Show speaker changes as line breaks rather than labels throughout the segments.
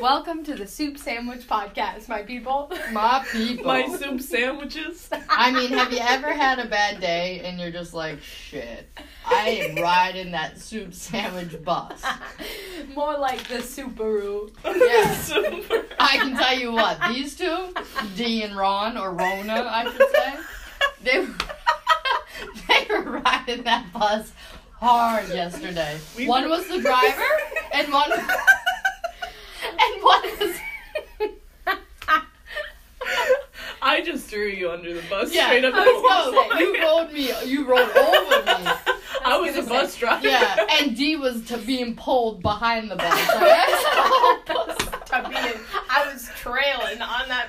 Welcome to the Soup Sandwich Podcast, my people.
My people.
My soup sandwiches.
I mean, have you ever had a bad day and you're just like, shit, I am riding that soup sandwich bus?
More like the Subaru.
Yeah.
Super.
I can tell you what, these two, D and Ron, or Rona, I should say, they were, they were riding that bus hard yesterday.
We
one
were-
was the driver, and one, and one was.
I just threw you under the bus
Yeah,
straight up.
I
the
was
wall.
no, you rolled me, you rolled over me.
I was a
gonna
bus driver.
Yeah, and D was to being pulled behind the bus. Alright?
I mean, I was trailing on that.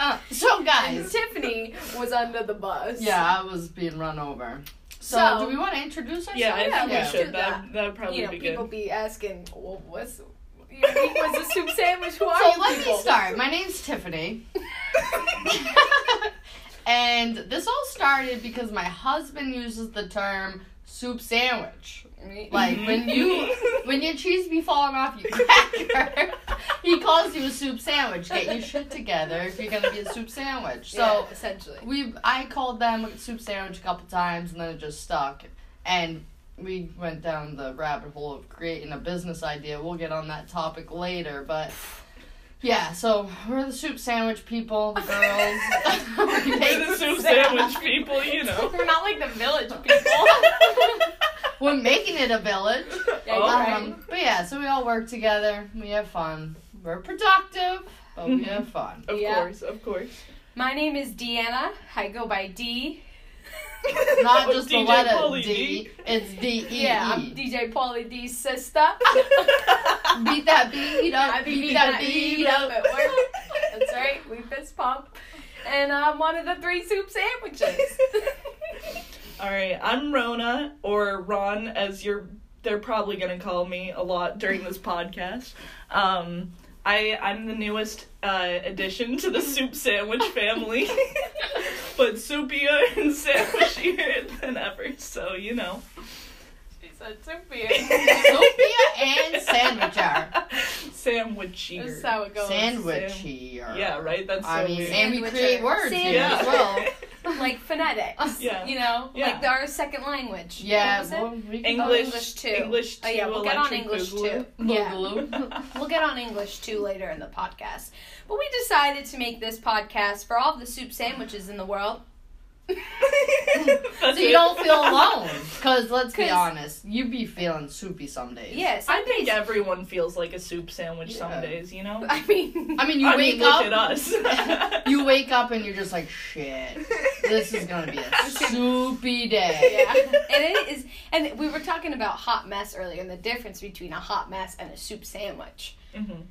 Uh, so guys,
Tiffany was under the bus.
yeah, I was being run over. So,
So-
do we want to introduce ourselves?
Yeah, I
Yeah,
think
let's
we
do
should.
that.
That that would probably
You know,
be
people
good.
be asking, well, what's your week was a soup sandwich? Who are
So
you
let
people?
me start. My name's Tiffany. and this all started because my husband uses the term soup sandwich.
Me-
Like when you when your cheese be falling off your cracker, he calls you a soup sandwich. Get your shit together if you're gonna be a soup sandwich. So
Yeah, essentially.
we I called them a soup sandwich a couple times and then it just stuck and we went down the rabbit hole of creating a business idea. We'll get on that topic later, but yeah, so we're the soup sandwich people, the girls. We
We're the
make-
soup sandwich people, you know.
We're not like the village people.
we're making it a village.
Yeah,
Oh.
you're right.
Um, but yeah, so we all work together. We have fun. We're productive, but
Mhm.
we have fun.
Of
Yeah.
course, of course.
My name is Deanna. I go by D.
Not
Oh,
just the
DJ
letter
Pauly
D, it's D E E.
Yeah, I'm DJ Paulie D's sister.
Beat that beat up.
I be
beat
beat
that
up,
beat
beat up
up.
at work. That's right, we fist pump. And I'm one of the three soup sandwiches.
All right, I'm Rona or Ron, as you're they're probably gonna call me a lot during this podcast. Um, I I'm the newest uh, addition to the soup sandwich family, but soupier and sandwichier than ever. So you know,
she said soupy.
Sophia and sandwicher.
sandwichier.
That's how it goes.
Sandwichier.
yeah, right. That's so
I mean,
weird.
and we
Sandwicher.
create words here
Sandwich.
as well.
Like phonetics.
Yeah.
You know?
Yeah.
Like they're our second language.
Yeah,
What was it?
well, we can
Oh,
English-
English too.
English
Oh yeah,
too,
we'll get on
electric
English
boogaloo.
too. Yeah.
Boogaloo.
We'll get on English too later in the podcast. But we decided to make this podcast for all the soup sandwiches in the world.
so you don't feel alone. Because let's be
'Cause-
honest, you be feeling soupy some days.
Yes,
I think everyone feels like a soup sandwich
Yeah.
some days, you know.
I mean,
I mean, you
I
wake
mean, look
up.
at us.
You wake up and you're just like, shit, this is gonna be a soupy day.
yeah, and it is. And we were talking about hot mess earlier, and the difference between a hot mess and a soup sandwich.
Mhm.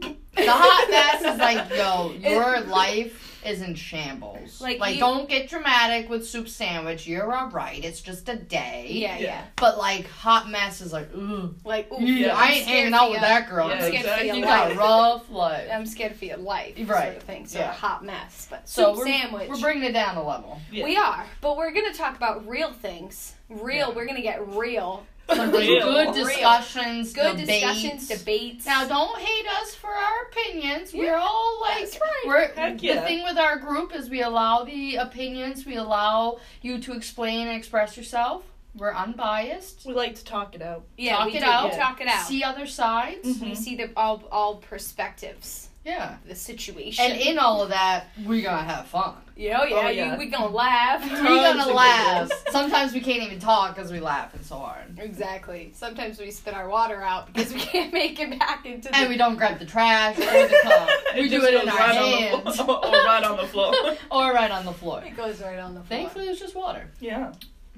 The hot mess is like, yo, your life is in shambles. Like,
Like, you-
don't get dramatic with soup sandwich. You're alright. It's just a day.
Yeah, yeah.
Yeah.
But like hot mess is like, ugh.
Like, ooh,
Yeah,
I'm
I ain't
scared
hanging
for
out
you.
with that girl.
Yeah,
Like,
scared for your
You
exactly.
got a
life.
rough life.
I'm scared for your life,
Right,
Sort of thing. So
yeah.
a hot mess, but
so
soup
we're,
sandwich.
We're bringing it down a level.
Yeah.
We are, but we're gonna talk about real things. Real.
Yeah.
We're gonna get real.
Some
Real.
good
Real.
discussions,
Good
debates.
discussions, debates.
Now, don't hate us for our opinions. We're
Yeah,
all like,
that's right.
we're,
Heck
the
yeah.
thing with our group is we allow the opinions, we allow you to explain and express yourself. We're unbiased.
We like to talk it out.
yeah,
talk
we
it
do.
out. Mm-hmm.
We talk it out.
See other sides.
we see the all all perspectives,
Yeah.
the situation.
And in all of that, we're gonna have fun.
yeah, yeah,
Oh,
you-
yeah.
we gonna laugh.
We're
Tons of
gonna
good
laugh.
ones.
Sometimes we can't even talk because we laugh and so hard.
Exactly. Sometimes we spit our water out because we can't make it back into the.
And we don't grab the trash or the cup.
It
We do
just
it in
goes
our
right on the
hands
floor- or right on the floor.
or right on the floor.
It goes right on the floor.
Thankfully, it was just water.
Yeah.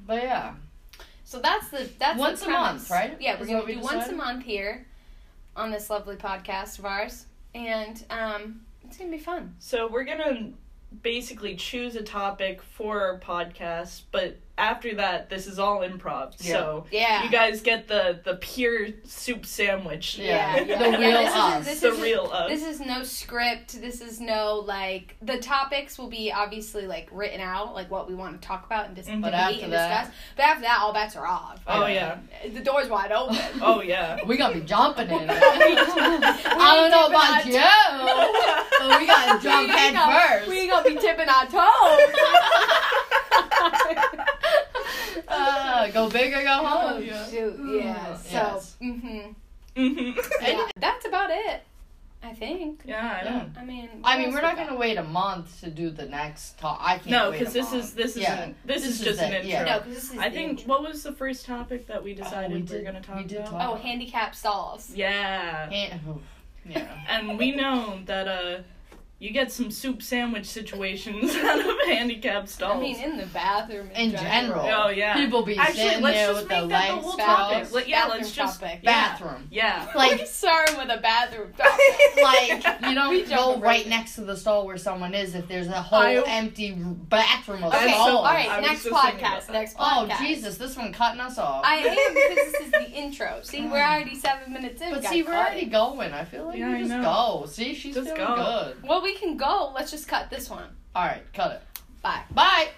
But yeah,
So that's the that's the
Once a month,
premise.
right?
Yeah, we're
Is
gonna
what we
do once a
decided?
month here on this lovely podcast of ours, and um, it's gonna be fun.
So we're gonna basically choose a topic for our podcast, but after that, this is all improv.
Yeah.
So
Yeah.
you guys get the the pure soup sandwich.
Yeah.
yeah.
The real
this isn't-
us.
this
the
isn't-
real us.
This is no script. This is no like the topics will be obviously like written out, like what we want to talk about and dis-
Mhm. But
debate
Mm-hmm. after
and
that-
discuss. But after that, all bets are off.
oh
Yeah.
yeah.
The door's wide open.
Oh yeah.
We gotta be jumping in it. I
We
don't
dipping
know
our
about
toe-
you, but we gotta jump
We
head
gonna-
first.
We gonna be tipping our toes.
Uh, go big or go home.
Oh, yeah.
Shoot, yeah.
Mm,
So,
yes.
mhm.
hmm
Yeah, that's about it. I think.
yeah, I know.
I mean. what
I mean,
else
we're
we
not
got?
gonna wait a month to do the next talk. I can't.
No,
because
because this is this is
Yeah.
not this,
This
is
is
just an
it,
intro.
yeah.
No, 'cause this is.
I
the
think
intro.
what was the first topic that we decided
we
we
did-
are gonna talk
we did
about?
talk-
Oh, handicap stalls.
Yeah.
yeah.
And we know that uh you get some soup sandwich situations out of handicap stalls.
I mean, in the bathroom.
In general,
Oh, yeah.
people be
Actually,
sitting
let's
there
just
with
make
the
that the
lights
whole
out.
topic. Let- yeah, let's
Bathroom
just-
topic.
yeah.
bathroom.
yeah.
we
Like,
starting with a bathroom topic.
like you
We
don't go
jumping
right,
right in.
next to the stall where someone is if there's a whole
I-
empty bathroom of
okay,
so-
stalls.
all
I
right,
was
next
just thinking about
podcast.
that.
Next
Oh
podcast.
Jesus, this one cutting us off.
I am because this is the intro. See, we're already seven minutes in.
but
guys.
see, we're already going. I feel like
Yeah, I
we just
know.
go. See, she's
Just
doing
go.
good.
Well, we can go. Let's just cut this one.
All right, cut it.
Bye.
Bye.